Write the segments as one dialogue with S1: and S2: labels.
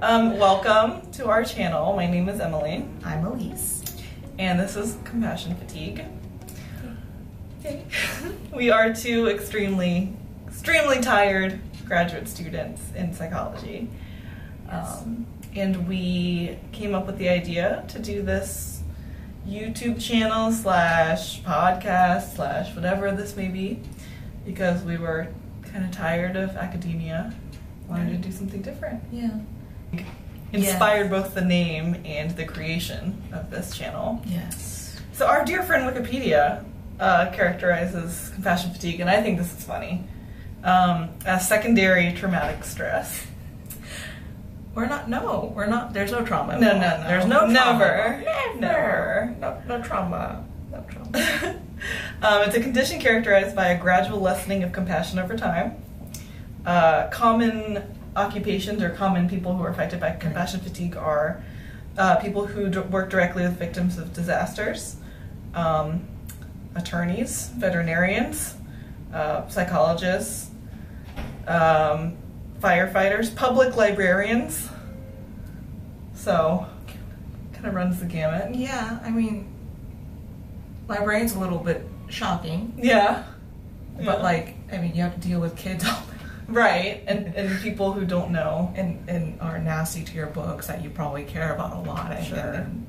S1: Um, welcome to our channel. My name is Emily,
S2: I'm Elise.
S1: and this is Compassion Fatigue. we are two extremely, extremely tired graduate students in psychology. Um, and we came up with the idea to do this YouTube channel slash podcast slash whatever this may be because we were kind of tired of academia, wanted to do something different
S2: Yeah.
S1: inspired
S2: Yes.
S1: both the name and the creation of this channel.
S2: Yes.
S1: So, our dear friend Wikipedia uh, characterizes compassion fatigue, and I think this is funny, um, as secondary traumatic stress.
S2: We're not. No, we're not. There's no trauma.
S1: No, no, no.
S2: There's no trauma.
S1: Never. Never.
S2: Never. No, no trauma. No trauma.
S1: um, it's a condition characterized by a gradual lessening of compassion over time. Uh, common occupations or common people who are affected by compassion fatigue are uh, people who d- work directly with victims of disasters, um, attorneys, veterinarians, uh, psychologists, um, firefighters, public librarians. So, kind of runs the gamut.
S2: Yeah, I mean, my brain's a little bit shocking,
S1: Yeah.
S2: but
S1: Yeah.
S2: like, I mean, you have to deal with kids all the
S1: Right, and, and people who don't know.
S2: and and are nasty to your books that you probably care about a lot, and,
S1: Sure.
S2: and then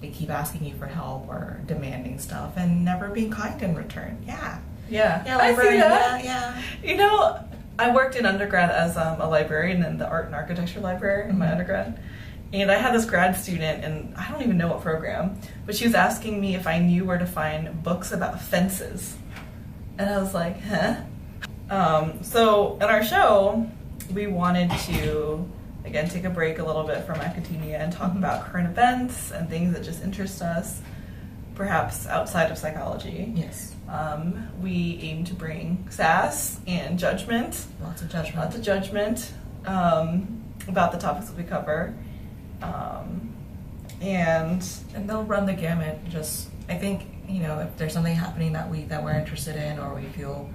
S2: they keep asking you for help or demanding stuff and never being kind in return. Yeah.
S1: Yeah,
S2: Yeah,
S1: I see
S2: librarian,
S1: that.
S2: Yeah, yeah.
S1: You know, I worked in undergrad as um, a librarian in the art and architecture library in my
S2: Mhm.
S1: undergrad. And I had this grad student, and I don't even know what program, but she was asking me if I knew where to find books about fences. And I was like, huh? Um, so, in our show, we wanted to, again, take a break a little bit from academia and talk
S2: Mhm.
S1: about current events and things that just interest us, perhaps outside of psychology.
S2: Yes.
S1: Um, we aim to bring sass and judgment,
S2: Lots of judgment.
S1: lots of judgment um, about the topics that we cover. Um, and
S2: and they'll run the gamut. Just I think you know if there's something happening that we that we're interested in or we feel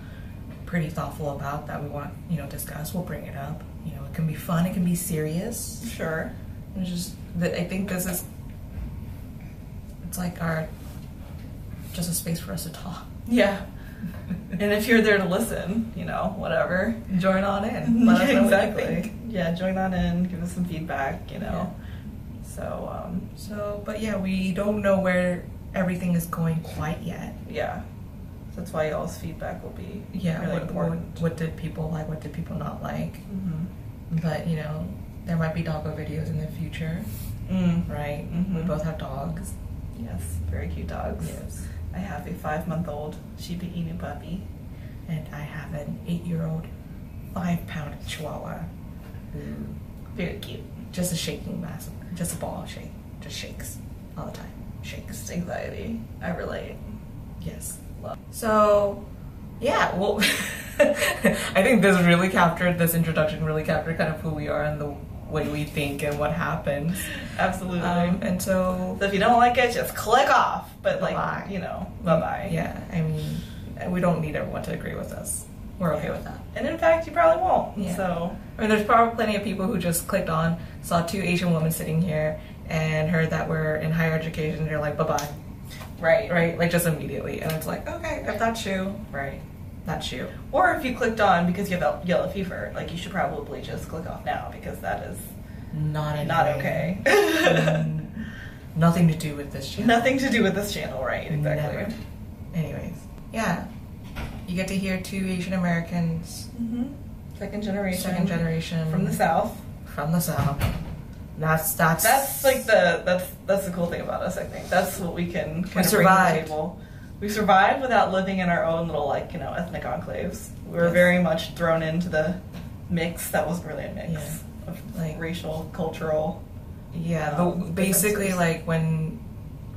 S2: pretty thoughtful about that we want you know discuss, we'll bring it up. You know, it can be fun, it can be serious.
S1: sure,
S2: It's just that I think this is it's like our just a space for us to talk.
S1: yeah. and if you're there to listen, you know, whatever.
S2: Join on in. Let us know
S1: exactly.
S2: what you think.
S1: Yeah, join on in, give us some feedback, you know. So, um,
S2: So, but yeah, we don't know where everything is going quite yet.
S1: yeah. That's why y'all's feedback will be
S2: Yeah,
S1: really
S2: what,
S1: important.
S2: What, what did people like? What did people not like?
S1: mm-hmm.
S2: But you know, there might be doggo videos in the future,
S1: Mm.
S2: right? We
S1: Mhm.
S2: both have dogs.
S1: Yes, very cute dogs. I have a five month old Shiba Inu puppy.
S2: And I have an eight-year-old, five-pound Chihuahua, who
S1: Very cute.
S2: just a shaking mass, just a ball of shake, just shakes all the time, shakes.
S1: Just anxiety. I relate.
S2: Yes.
S1: Love.
S2: So, yeah, well, I think this really captured, this introduction really captured kind of who we are and the way we think and what happens.
S1: Absolutely.
S2: Um, and so,
S1: so if you don't like it, just click off. But like,
S2: Bye-bye.
S1: you know, bye bye.
S2: yeah, I mean, we don't need everyone to agree with us. We're okay with that.
S1: And in fact, you probably won't.
S2: Yeah.
S1: So
S2: I mean, there's probably plenty of people who just clicked on, saw two Asian women sitting here, and heard that we're in higher education, and they're like, bye bye,
S1: right, right,
S2: right? Like, just immediately. And it's like, okay, if that's you,
S1: right.
S2: that's you.
S1: Or if you clicked on because you have yellow fever, like you should probably just click off now because that is
S2: Not in
S1: not
S2: vain.
S1: okay.
S2: Mm, Nothing to do with this channel.
S1: Nothing to do with this channel, right?
S2: Never.
S1: Exactly.
S2: Anyways, yeah. You get to hear two Asian Americans,
S1: Mm-hmm. Second generation.
S2: second generation
S1: from the south.
S2: From the south. That's that's
S1: That's like the that's that's the cool thing about us. I think that's what we can kind of bring to the
S2: survived.
S1: table. We survived without living in our own little like you know ethnic enclaves. We were
S2: Yes.
S1: very much thrown into the mix that wasn't really a mix
S2: Yeah.
S1: of like
S2: Like-
S1: racial, cultural.
S2: Yeah,
S1: um,
S2: but basically,
S1: differences.
S2: like when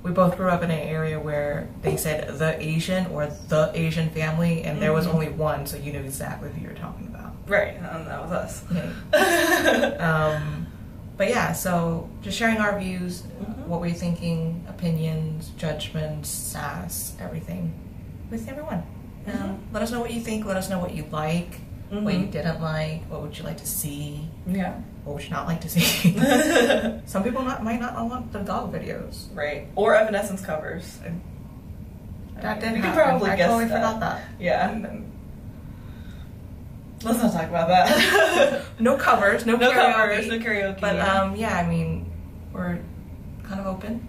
S2: we both grew up in an area where they said the Asian or the Asian family, and there was
S1: Mhm.
S2: only one, so you knew exactly who you're talking about.
S1: Right, and that was us.
S2: Um, but yeah, so just sharing our views,
S1: Mhm.
S2: what we're thinking, opinions, judgments, sass, everything with everyone. Um,
S1: Mhm.
S2: let us know what you think. Let us know what you like. what you
S1: Mhm.
S2: didn't like, what would you like to see,
S1: Yeah.
S2: what would you not like to see. Some people not, might not want the dog videos.
S1: right. Or Evanescence covers.
S2: That did
S1: You can
S2: happen.
S1: probably
S2: I
S1: guess
S2: totally
S1: that.
S2: forgot that.
S1: Yeah.
S2: And then-
S1: Let's not talk about that.
S2: no covers, no,
S1: no
S2: karaoke.
S1: covers, no karaoke.
S2: But um, yeah, I mean, we're kind of open,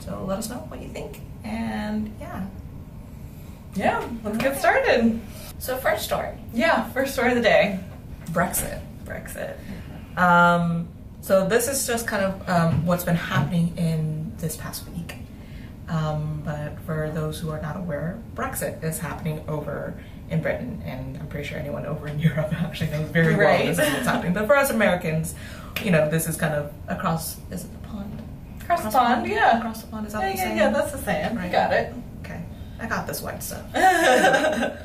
S2: so let us know what you think. And yeah,
S1: yeah, let's get started.
S2: so first story,
S1: Yeah, first story of the day.
S2: Brexit.
S1: Brexit.
S2: Um, so this is just kind of um, what's been happening in this past week. Um, but for those who are not aware, Brexit is happening over in Britain, and I'm pretty sure anyone over in Europe actually knows very well this is
S1: Right.
S2: what's happening. But for us Americans, you know, this is kind of across. Is it the pond?
S1: Cross the pond, yeah.
S2: Across the pond is that
S1: yeah,
S2: the
S1: yeah,
S2: same?
S1: yeah, that's the same. You
S2: Right.
S1: got it.
S2: Okay, I got this white stuff.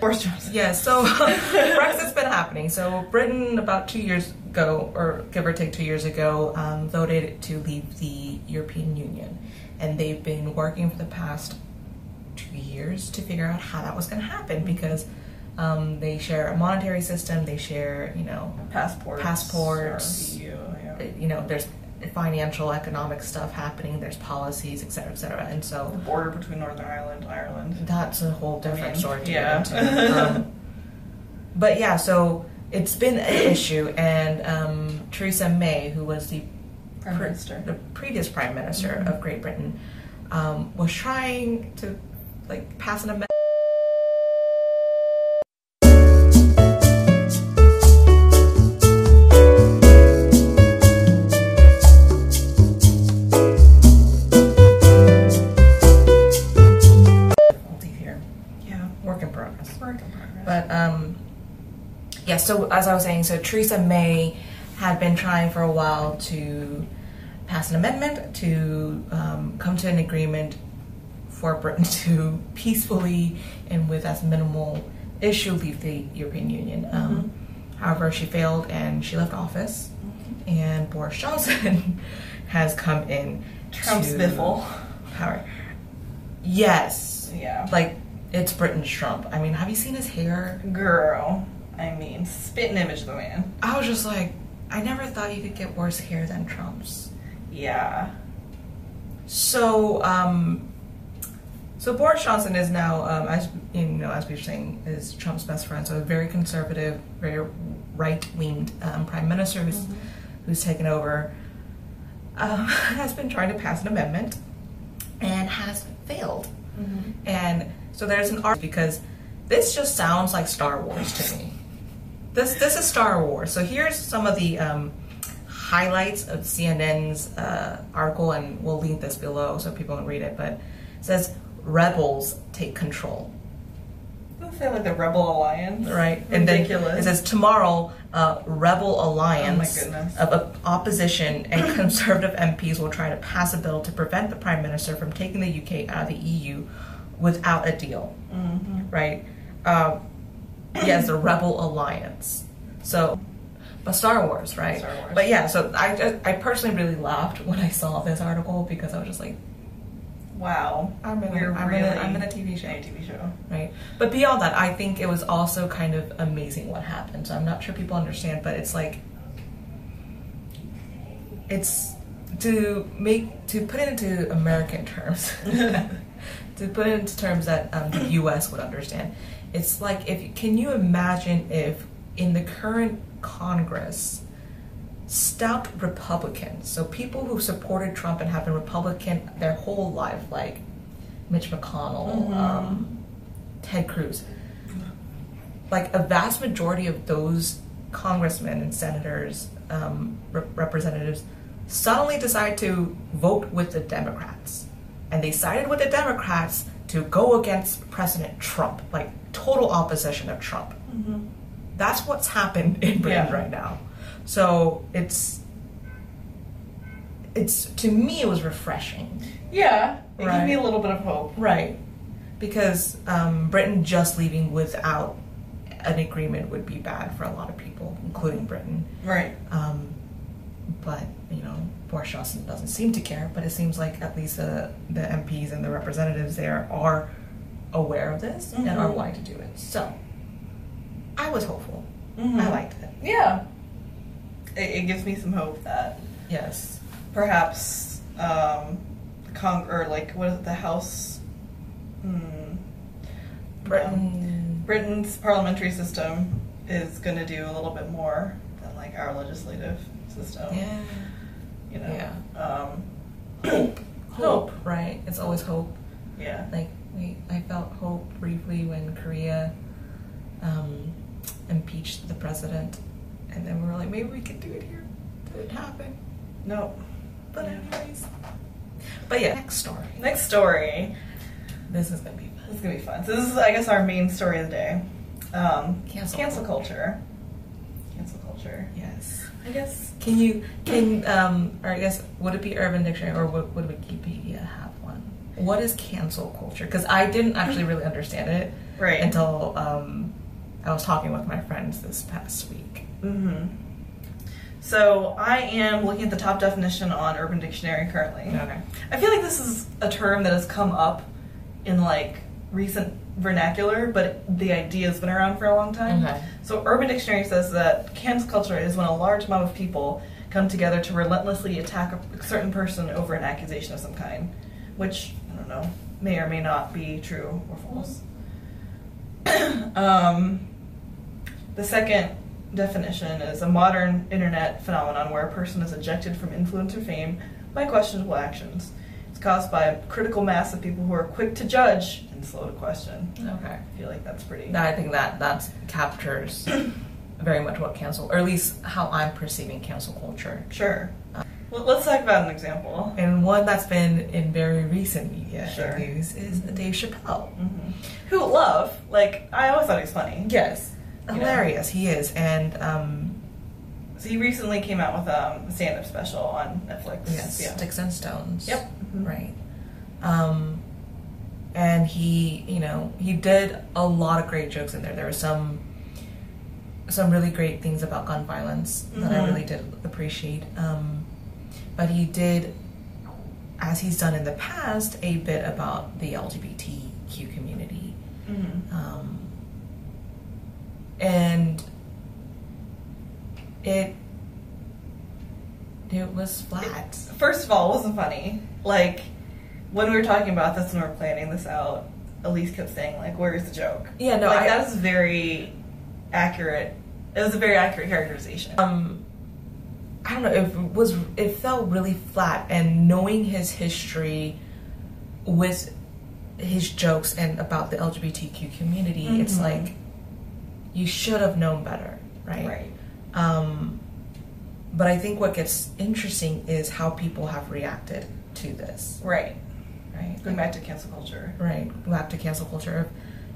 S1: Boris Johnson.
S2: Yeah, so Brexit's been happening. So Britain, about two years ago, or give or take two years ago, um, voted to leave the European Union, and they've been working for the past two years to figure out how that was going to happen because um, they share a monetary system, they share, you know,
S1: Passports.
S2: Passports.
S1: Or EU, yeah.
S2: you know, there's financial, economic stuff happening, there's policies, et cetera, et cetera, and so.
S1: The border between Northern Ireland and Ireland.
S2: That's a whole different
S1: mean,
S2: story. To
S1: yeah.
S2: get into. Um, but yeah, so it's been an issue, and um, Theresa May, who was the
S1: Prime
S2: pre-
S1: Minister.
S2: the previous Prime Minister
S1: Mhm.
S2: of Great Britain, um, was trying to like pass an amendment. Difficulty here,
S1: Yeah.
S2: work in progress.
S1: Work in progress.
S2: But um, yeah, so as I was saying, so Theresa May had been trying for a while to pass an amendment to um, come to an agreement for Britain to peacefully and with as minimal issue leave the European Union. Um, However, she failed and she left office, and Boris Johnson has come in.
S1: Trump's
S2: to
S1: biffle.
S2: Power. Yes.
S1: Yeah.
S2: Like, it's Britain's Trump. I mean, have you seen his hair?
S1: Girl. I mean, spit and image of the man.
S2: I was just like, I never thought you could get worse hair than Trump's.
S1: Yeah.
S2: So, um, so Boris Johnson is now, um, as you know, as we were saying, is Trump's best friend. So a very conservative, very right-winged um, prime minister who's who's taken over um, has been trying to pass an amendment and has failed.
S1: Mm-hmm.
S2: And so there's an art because this just sounds like Star Wars to me. This this is Star Wars. So here's some of the um, highlights of CNN's uh, article, and we'll link this below so people can read it. But it says rebels take control,
S1: Doesn't say like the Rebel Alliance.
S2: right?
S1: Ridiculous. Oh
S2: And then it says tomorrow, uh, rebel alliance
S1: goodness.
S2: of op- opposition and conservative MPs will try to pass a bill to prevent the prime minister from taking the UK out of the EU without a deal
S1: Mm-hmm.
S2: right? Um, yes, the Rebel Alliance. So, but Star Wars, right?
S1: Star Wars.
S2: But yeah, so I, I personally really laughed when I saw this article because I was just like,
S1: Wow.
S2: I'm in a-
S1: We're
S2: I'm in
S1: really
S2: a- I'm in a TV show.
S1: in a TV show.
S2: right? But beyond that, I think it was also kind of amazing what happened. So I'm not sure people understand, but it's like, it's to make to put it into American terms. to put it into terms that um, the U.S. would understand, it's like if can you imagine if in the current Congress, stout Republicans, so people who supported Trump and have been Republican their whole life, like Mitch McConnell, um, Ted Cruz, like a vast majority of those congressmen and senators, um, rep- representatives, suddenly decide to vote with the Democrats. And they sided with the Democrats to go against President Trump, like total opposition of Trump. That's what's happened in Britain
S1: Yeah.
S2: right now. So it's it's to me it was refreshing.
S1: Yeah. It
S2: Right.
S1: gave me a little bit of hope.
S2: Right. Because um, Britain just leaving without an agreement would be bad for a lot of people, including Britain.
S1: Right.
S2: Um, but, you know, Boris Johnson doesn't seem to care, but it seems like at least uh, the MPs and the representatives there are aware of this and are
S1: Mhm.
S2: wanting to do it. So I was hopeful.
S1: Mhm.
S2: I liked it.
S1: Yeah. It, it gives me some hope that
S2: Yes.
S1: perhaps um, Cong or like what is it, the House, hmm, Um,
S2: Britain.
S1: Britain's parliamentary system is going to do a little bit more than like our legislative system.
S2: Yeah.
S1: You know.
S2: Yeah.
S1: Um,
S2: Hope, right? It's always hope.
S1: yeah.
S2: Like we, I felt hope briefly when Korea um, impeached the president, and then we were like, maybe we could do it here. Didn't happen,
S1: No.
S2: but anyways. But yeah, next story.
S1: Next story.
S2: This is gonna be
S1: This
S2: fun.
S1: is gonna be fun. So this is, I guess, our main story of the day. Um,
S2: Cancel
S1: culture. Cancel culture.
S2: Yes.
S1: I guess.
S2: Can you can um or I guess would it be Urban Dictionary or would, would Wikipedia have one? What is cancel culture? Because I didn't actually really understand it
S1: Right.
S2: until um, I was talking with my friends this past week.
S1: Mm-hmm. So I am looking at the top definition on Urban Dictionary currently.
S2: Okay.
S1: I feel like this is a term that has come up in like recent vernacular, but the idea has been around for a long time.
S2: Okay.
S1: So Urban Dictionary says that cancel culture is when a large mob of people come together to relentlessly attack a certain person over an accusation of some kind, which I don't know may or may not be true or false. um, the second definition is a modern internet phenomenon where a person is ejected from influence or fame by questionable actions. It's caused by a critical mass of people who are quick to judge and slow to question.
S2: Okay.
S1: I feel like that's pretty.
S2: Now I think that that captures very much what cancel, or at least how I'm perceiving cancel culture,
S1: Sure. Well, let's talk about an example.
S2: and one that's been in very recent media and
S1: Sure.
S2: news is Dave Chappelle.
S1: hmm Who love? Like I always thought he was funny.
S2: Yes,
S1: Yeah.
S2: hilarious he is, and um,
S1: So he recently came out with um, a stand-up special on Netflix.
S2: yes,
S1: Yeah.
S2: sticks and stones.
S1: Yep. Mhm.
S2: Right. Um, and he, you know, he did a lot of great jokes in there. There were some some really great things about gun violence that I
S1: Mhm.
S2: really did appreciate. Um, but he did, as he's done in the past, a bit about the LGBTQ community.
S1: Mhm.
S2: Um, and it it was flat.
S1: First of all, it wasn't funny. Like when we were talking about this and we were planning this out, Elise kept saying like, "Where's the joke?"
S2: Yeah, no,
S1: like
S2: I-
S1: that was very accurate. It was a very accurate characterization.
S2: um I don't know, it was it felt really flat and knowing his history with his jokes and about the LGBTQ community, it's
S1: Mhm.
S2: like you should have known better, right?
S1: right.
S2: Um but I think what gets interesting is how people have reacted to this,
S1: Right.
S2: right?
S1: Going back to cancel culture.
S2: Right, back to cancel culture.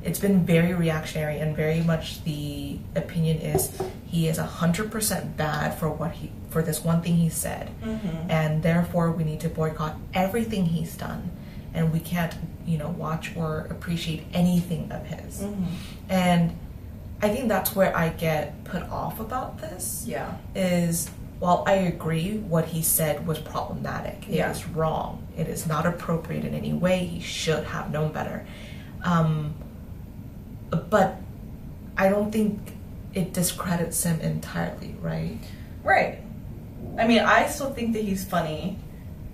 S2: It's been very reactionary and very much the opinion is he is hundred percent bad for what he for this one thing he said,
S1: Mm-hmm.
S2: and therefore we need to boycott everything he's done, and we can't you know watch or appreciate anything of his.
S1: Mm-hmm.
S2: And I think that's where I get put off about this
S1: Yeah.
S2: is while I agree what he said was problematic, it
S1: Yeah.
S2: is wrong, it is not appropriate in any way, he should have known better. Um, but I don't think it discredits him entirely, right?
S1: Right. I mean, I still think that he's funny.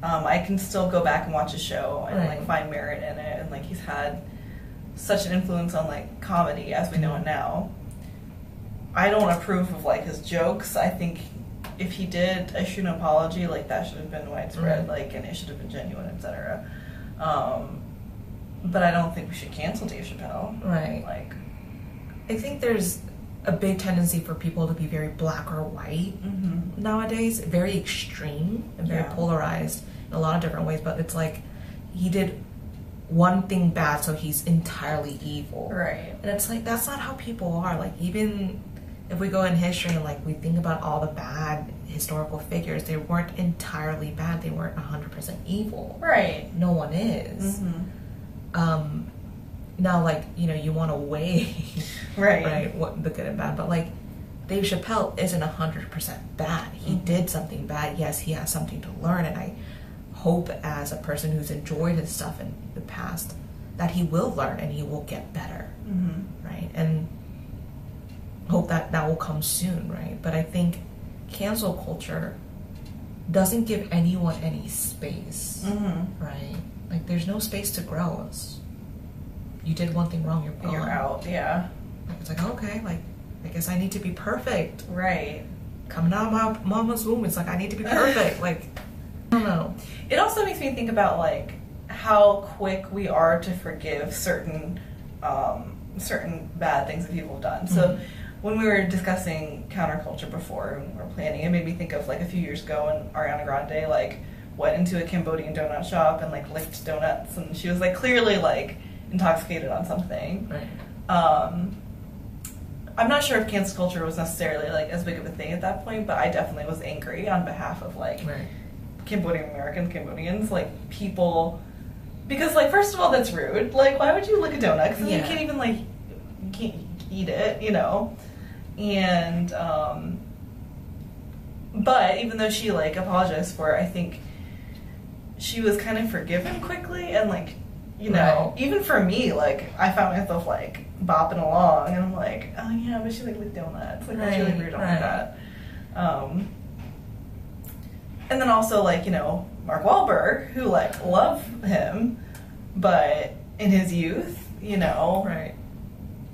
S1: Um, I can still go back and watch his show and
S2: Right.
S1: like find merit in it, and like he's had such an influence on like comedy as we know it now. I don't approve of like his jokes. I think if he did issue an apology, like that should have been widespread,
S2: Mhm.
S1: like and it should have been genuine, etc. Um, but I don't think we should cancel Dave Chappelle.
S2: Right.
S1: Like,
S2: I think there's a big tendency for people to be very black or white
S1: mm-hmm.
S2: nowadays, very extreme and very
S1: Yeah.
S2: polarized in a lot of different ways, but it's like he did one thing bad, so he's entirely evil.
S1: right.
S2: And it's like that's not how people are. Like even if we go in history and like we think about all the bad historical figures, they weren't entirely bad. They weren't 100% evil.
S1: Right.
S2: No one is.
S1: Mm-hmm.
S2: Um now like, you know, you want to weigh
S1: Right.
S2: right what the good and bad, but like Dave Chappelle isn't 100% bad. He
S1: Mhm.
S2: did something bad. Yes, he has something to learn and I hope as a person who's enjoyed his stuff in the past that he will learn and he will get better
S1: Mm-hmm.
S2: right? And hope that that will come soon, right? But I think cancel culture doesn't give anyone any space,
S1: Mm-hmm.
S2: right? Like there's no space to grow us. You did one thing wrong, you're gone.
S1: You're out. Yeah.
S2: Like, It's like okay, like I guess I need to be perfect.
S1: Right.
S2: Coming out of my mama's womb, it's like I need to be perfect. like I don't know.
S1: It also makes me think about like how quick we are to forgive certain um, certain bad things that people have done. So
S2: Mhm.
S1: when we were discussing counterculture before and we were planning, it made me think of like a few years ago when Ariana Grande like went into a Cambodian donut shop and like licked donuts and she was like clearly like intoxicated on something.
S2: Right.
S1: Um, I'm not sure if cancel culture was necessarily like as big of a thing at that point, but I definitely was angry on behalf of like
S2: Right.
S1: Cambodian Americans, Cambodians, like people, because like first of all, that's rude. Like, why would you lick a donut? Because you
S2: Yeah.
S1: can't even like, you can't eat it, you know. And um, but even though she like apologized for it, I think she was kind of forgiven quickly and like, you know,
S2: Right.
S1: even for me, like I found myself like bopping along, and I'm like, oh yeah, but she like licked donuts. Like that's really
S2: Right,
S1: rude. I don't
S2: right.
S1: like that. Um, and then also like you know Mark Wahlberg, who like love him, but in his youth, you know,
S2: Right.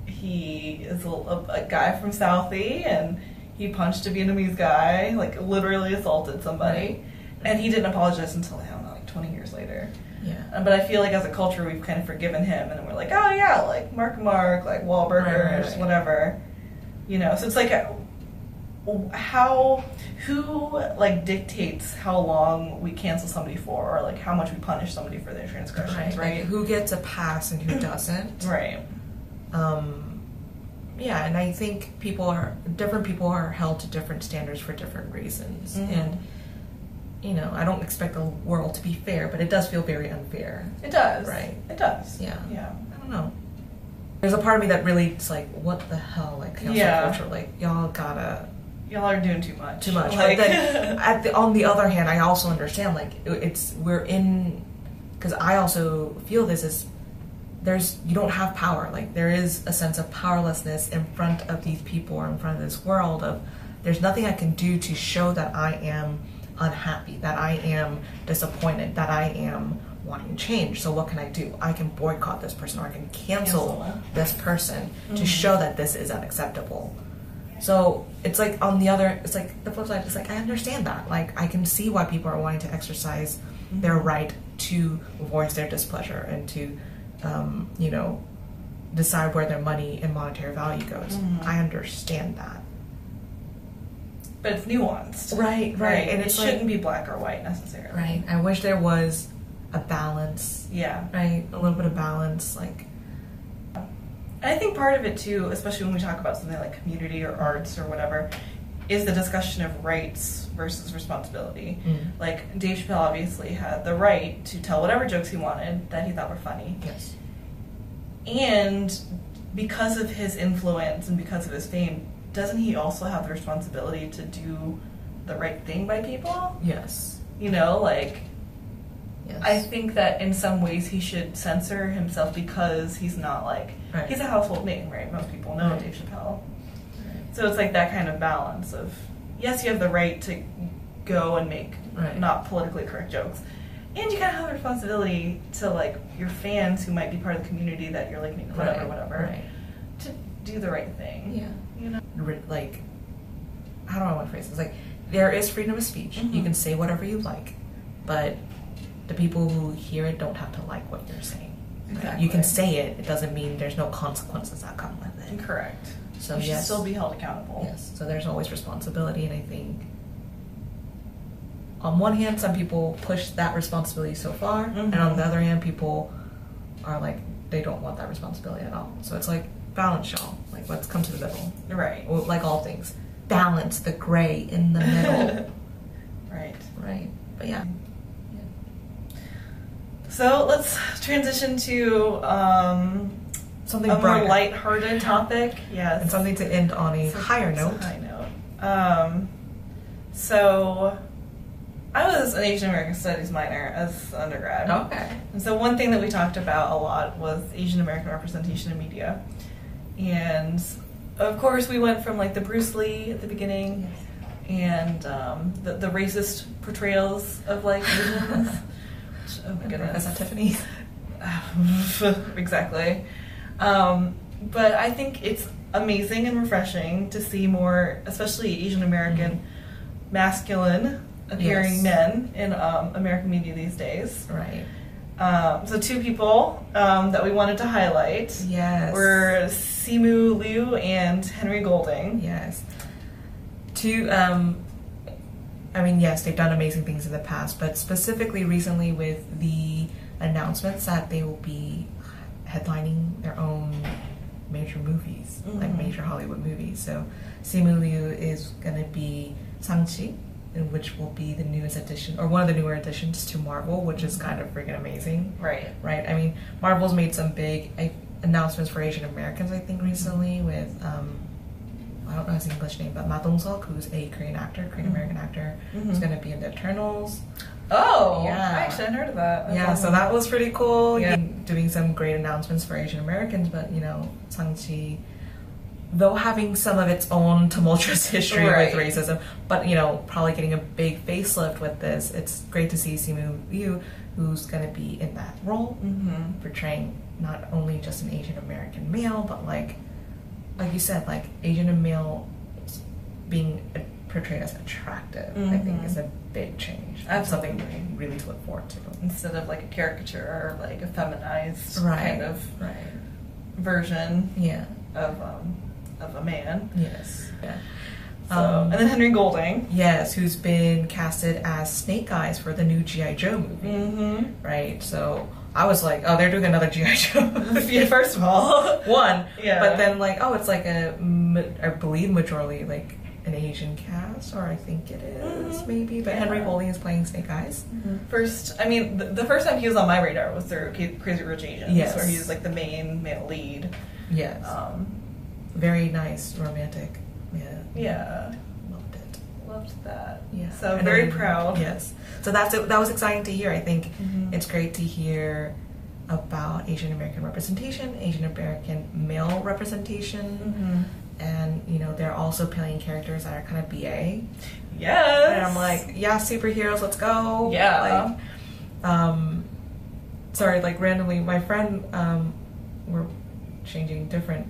S1: he is a, a, a guy from Southie, and he punched a Vietnamese guy, like literally assaulted somebody,
S2: Right.
S1: and he didn't apologize until I don't know, like twenty years later.
S2: Yeah.
S1: Uh, But I feel like as a culture, we've kind of forgiven him, and we're like, oh yeah, like Mark Mark, like Wahlburgers,
S2: Right, right, right.
S1: whatever, you know. So it's like, uh, how, who like dictates how long we cancel somebody for, or like how much we punish somebody for their transgressions,
S2: Right.
S1: right?
S2: Like, who gets a pass and who doesn't.
S1: Right.
S2: Um, yeah, and I think people are different. People are held to different standards for different reasons,
S1: Mhm.
S2: and you know, I don't expect the world to be fair, but it does feel very unfair.
S1: It does.
S2: Right.
S1: It does.
S2: Yeah.
S1: Yeah.
S2: I don't know. There's a part of me that really is like, what the hell? Like, cancel
S1: Yeah.
S2: culture, like y'all gotta
S1: Y'all are doing too much.
S2: too much.
S1: Like,
S2: but then, at the, on the other hand, I also understand like it- it's we're in because I also feel this is there's you don't have power. Like there is a sense of powerlessness in front of these people or in front of this world. Of there's nothing I can do to show that I am unhappy, that I am disappointed, that I am wanting change. So what can I do? I can boycott this person or I can cancel,
S1: Cancel.
S2: this person to show that this is unacceptable. So it's like on the other, it's like the flip side. It's like I understand that. Like I can see why people are wanting to exercise their right to voice their displeasure and to, um, you know, decide where their money and monetary value goes.
S1: Mhm.
S2: I understand that.
S1: but it's nuanced.
S2: Right,
S1: And
S2: and
S1: it
S2: it's
S1: shouldn't
S2: like,
S1: be black or white necessarily.
S2: right. I wish there was a balance.
S1: Yeah.
S2: Right, a little bit of balance, like
S1: And I think part of it too, especially when we talk about something like community or arts or whatever, is the discussion of rights versus responsibility.
S2: Mm.
S1: Like Dave Chappelle obviously had the right to tell whatever jokes he wanted that he thought were funny.
S2: yes,
S1: And because of his influence and because of his fame, doesn't he also have the responsibility to do the right thing by people?
S2: yes,
S1: You know, like
S2: yes.
S1: I think that in some ways he should censor himself because he's not like
S2: Right.
S1: he's a household name, right? Most people know
S2: Right.
S1: Dave Chappelle.
S2: Right.
S1: So it's like that kind of balance of yes, you have the right to go and make
S2: Right.
S1: not politically correct jokes. And you kind of have a responsibility to like your fans who might be part of the community that you're like making fun of or
S2: Right,
S1: whatever
S2: right.
S1: to do the right thing.
S2: Yeah.
S1: You know?
S2: ri- like how do I want to phrase this? Like there is freedom of speech. You
S1: Mhm.
S2: can say whatever you like, but the people who hear it don't have to like what you're saying. right? You
S1: Exactly.
S2: can say it. It doesn't mean there's no consequences that come with it.
S1: Correct.
S2: So
S1: you should
S2: yes,
S1: still be held accountable.
S2: yes. So there's always responsibility, and I think on one hand, some people push that responsibility so far, and on
S1: Mhm.
S2: the other hand, people are like they don't want that responsibility at all. So it's like balance, y'all. Like let's come to the middle
S1: Right.
S2: well, like all things, balance the gray in the middle.
S1: right.
S2: right. But yeah.
S1: So let's transition to um,
S2: Something
S1: a more
S2: brighter.
S1: lighthearted topic. Yes,
S2: And something to end on a
S1: It's
S2: higher
S1: it's
S2: note.
S1: A high note. Um, so I was an Asian American Studies minor as an undergrad.
S2: Okay.
S1: And so one thing that we talked about a lot was Asian American representation in media, and of course, we went from like the Bruce Lee at the beginning and um, the, the racist portrayals of like Asians. Which- oh my goodness.
S2: That's Tiffany.
S1: exactly. Um, but I think it's amazing and refreshing to see more, especially Asian American, masculine appearing
S2: Mm-hmm. Yes.
S1: men in um, American media these days.
S2: Right.
S1: Um, so two people um, that we wanted to highlight
S2: Yes.
S1: were Simu Liu and Henry Golding.
S2: Yes. To um I mean yes, they've done amazing things in the past, but specifically recently with the announcements that they will be headlining their own major movies, like
S1: Mhm.
S2: major Hollywood movies. So Simu Liu is gonna be Sangchi, which will be the newest addition or one of the newer additions to Marvel, which is kind of freaking amazing
S1: Right.
S2: right? I mean, Marvel's made some big I, announcements for Asian Americans, I think, recently with um, I don't know his English name, but Ma Dong Seok, who's a Korean actor, Korean
S1: Mm-hmm.
S2: American actor, who's
S1: Mhm.
S2: going to be in the Eternals.
S1: Oh,
S2: Yeah.
S1: I actually hadn't heard of that. That's
S2: yeah, so
S1: awesome.
S2: that was pretty cool.
S1: Uh, uh-huh. Yeah.
S2: Doing some great announcements for Asian Americans, but you know, Sang Chi, though having some of its own tumultuous history
S1: Right.
S2: with racism, but you know, probably getting a big facelift with this. It's great to see Simu Liu, who's going to be in that role
S1: Mhm.
S2: portraying not only just an Asian American male, but like, like you said, like Asian and male being portrayed as attractive, I think
S1: Mhm.
S2: is a big change.
S1: Absolutely.
S2: something really to look forward to.
S1: Instead of like a caricature or like a feminized kind of
S2: Right.
S1: version
S2: Yeah.
S1: of um, of a man.
S2: Yes. Yeah.
S1: So,
S2: Um,
S1: and then Henry Golding.
S2: yes, who's been casted as Snake Eyes for the new GI Joe movie,
S1: Mm-hmm.
S2: right? So I was like, oh, they're doing another GI Joe. movie.
S1: yeah, first of all,
S2: one.
S1: Yeah.
S2: But then like, oh, it's like a, ma- I believe majority like an Asian cast, or I think it is,
S1: Mhm.
S2: maybe. But
S1: Yeah.
S2: Henry Golding is playing Snake Eyes.
S1: first, I mean, the, the first time he was on my radar was through Ca- Crazy Rich Asians,
S2: Yes.
S1: where he was like the main male lead.
S2: Yes.
S1: Um,
S2: Very nice, romantic. Yeah.
S1: yeah,
S2: Loved it.
S1: loved that.
S2: Yeah.
S1: So
S2: And
S1: very
S2: then-
S1: proud.
S2: Yes. So that's it. That was exciting to hear. I think
S1: Mhm.
S2: it's great to hear about Asian American representation, Asian American male representation.
S1: hmm
S2: And you know they're also playing characters that are kind of BA,
S1: Yes.
S2: and I'm like, yeah, superheroes, let's go.
S1: Yeah.
S2: Like, um, sorry, like randomly, my friend, um, we're changing different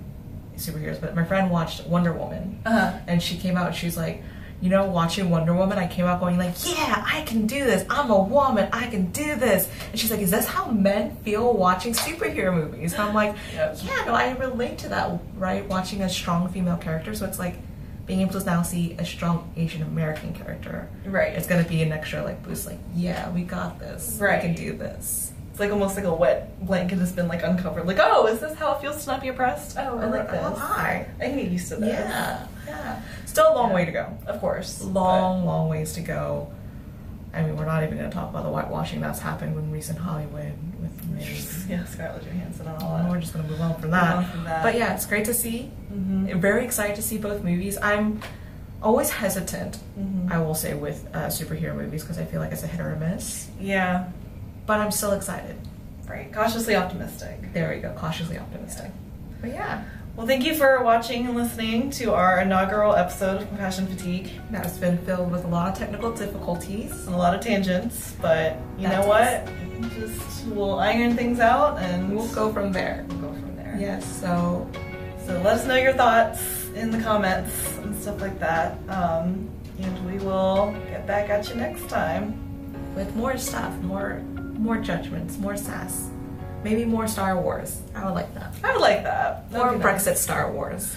S2: superheroes, but my friend watched Wonder Woman,
S1: Uh-huh.
S2: and she came out, she's like, you know, watching Wonder Woman, I came out going like, yeah, I can do this. I'm a woman. I can do this. And she's like, is this how men feel watching superhero movies? And I'm like,
S1: Yep.
S2: yeah, no, I relate to that, right? Watching a strong female character. So it's like being able to now see a strong Asian American character.
S1: right.
S2: It's going to be an extra like boost. Like, yeah, we got this. We can
S1: Right.
S2: do this.
S1: It's like almost like a wet blanket has been like uncovered. Like, oh, is this how it feels to not be oppressed? Oh, I like this.
S2: Oh, hi.
S1: I can get used to this.
S2: Yeah. Yeah. Still a long way to go.
S1: Of course.
S2: long, long ways to go. I mean, we're not even going to talk about the whitewashing that's happened in recent Hollywood with
S1: but-
S2: Miz.
S1: Yeah, Scarlett Johansson and all
S2: Oh, we're
S1: that.
S2: just going to move on from
S1: Move
S2: that.
S1: on from that.
S2: But yeah, it's great to see.
S1: Mm-hmm.
S2: Very excited to see both movies. I'm always hesitant,
S1: Mhm.
S2: I will say, with uh, superhero movies because I feel like it's a hit or a miss.
S1: Yeah.
S2: But I'm still excited.
S1: Right. Cautiously optimistic.
S2: There we go, cautiously optimistic. But yeah,
S1: Well, thank you for watching and listening to our inaugural episode of Compassion Fatigue
S2: that's been filled with a lot of technical difficulties.
S1: and a lot of tangents, but you
S2: That
S1: know what? Just we'll iron things out and
S2: We'll go from there.
S1: we'll go from there.
S2: Yes, so
S1: So let us know your thoughts in the comments and stuff like that. Um, and we will get back at you next time.
S2: with more stuff, more more judgments, more sass, maybe more Star Wars. I would like that.
S1: I would like that. That'd
S2: More
S1: be nice.
S2: Brexit Star Wars.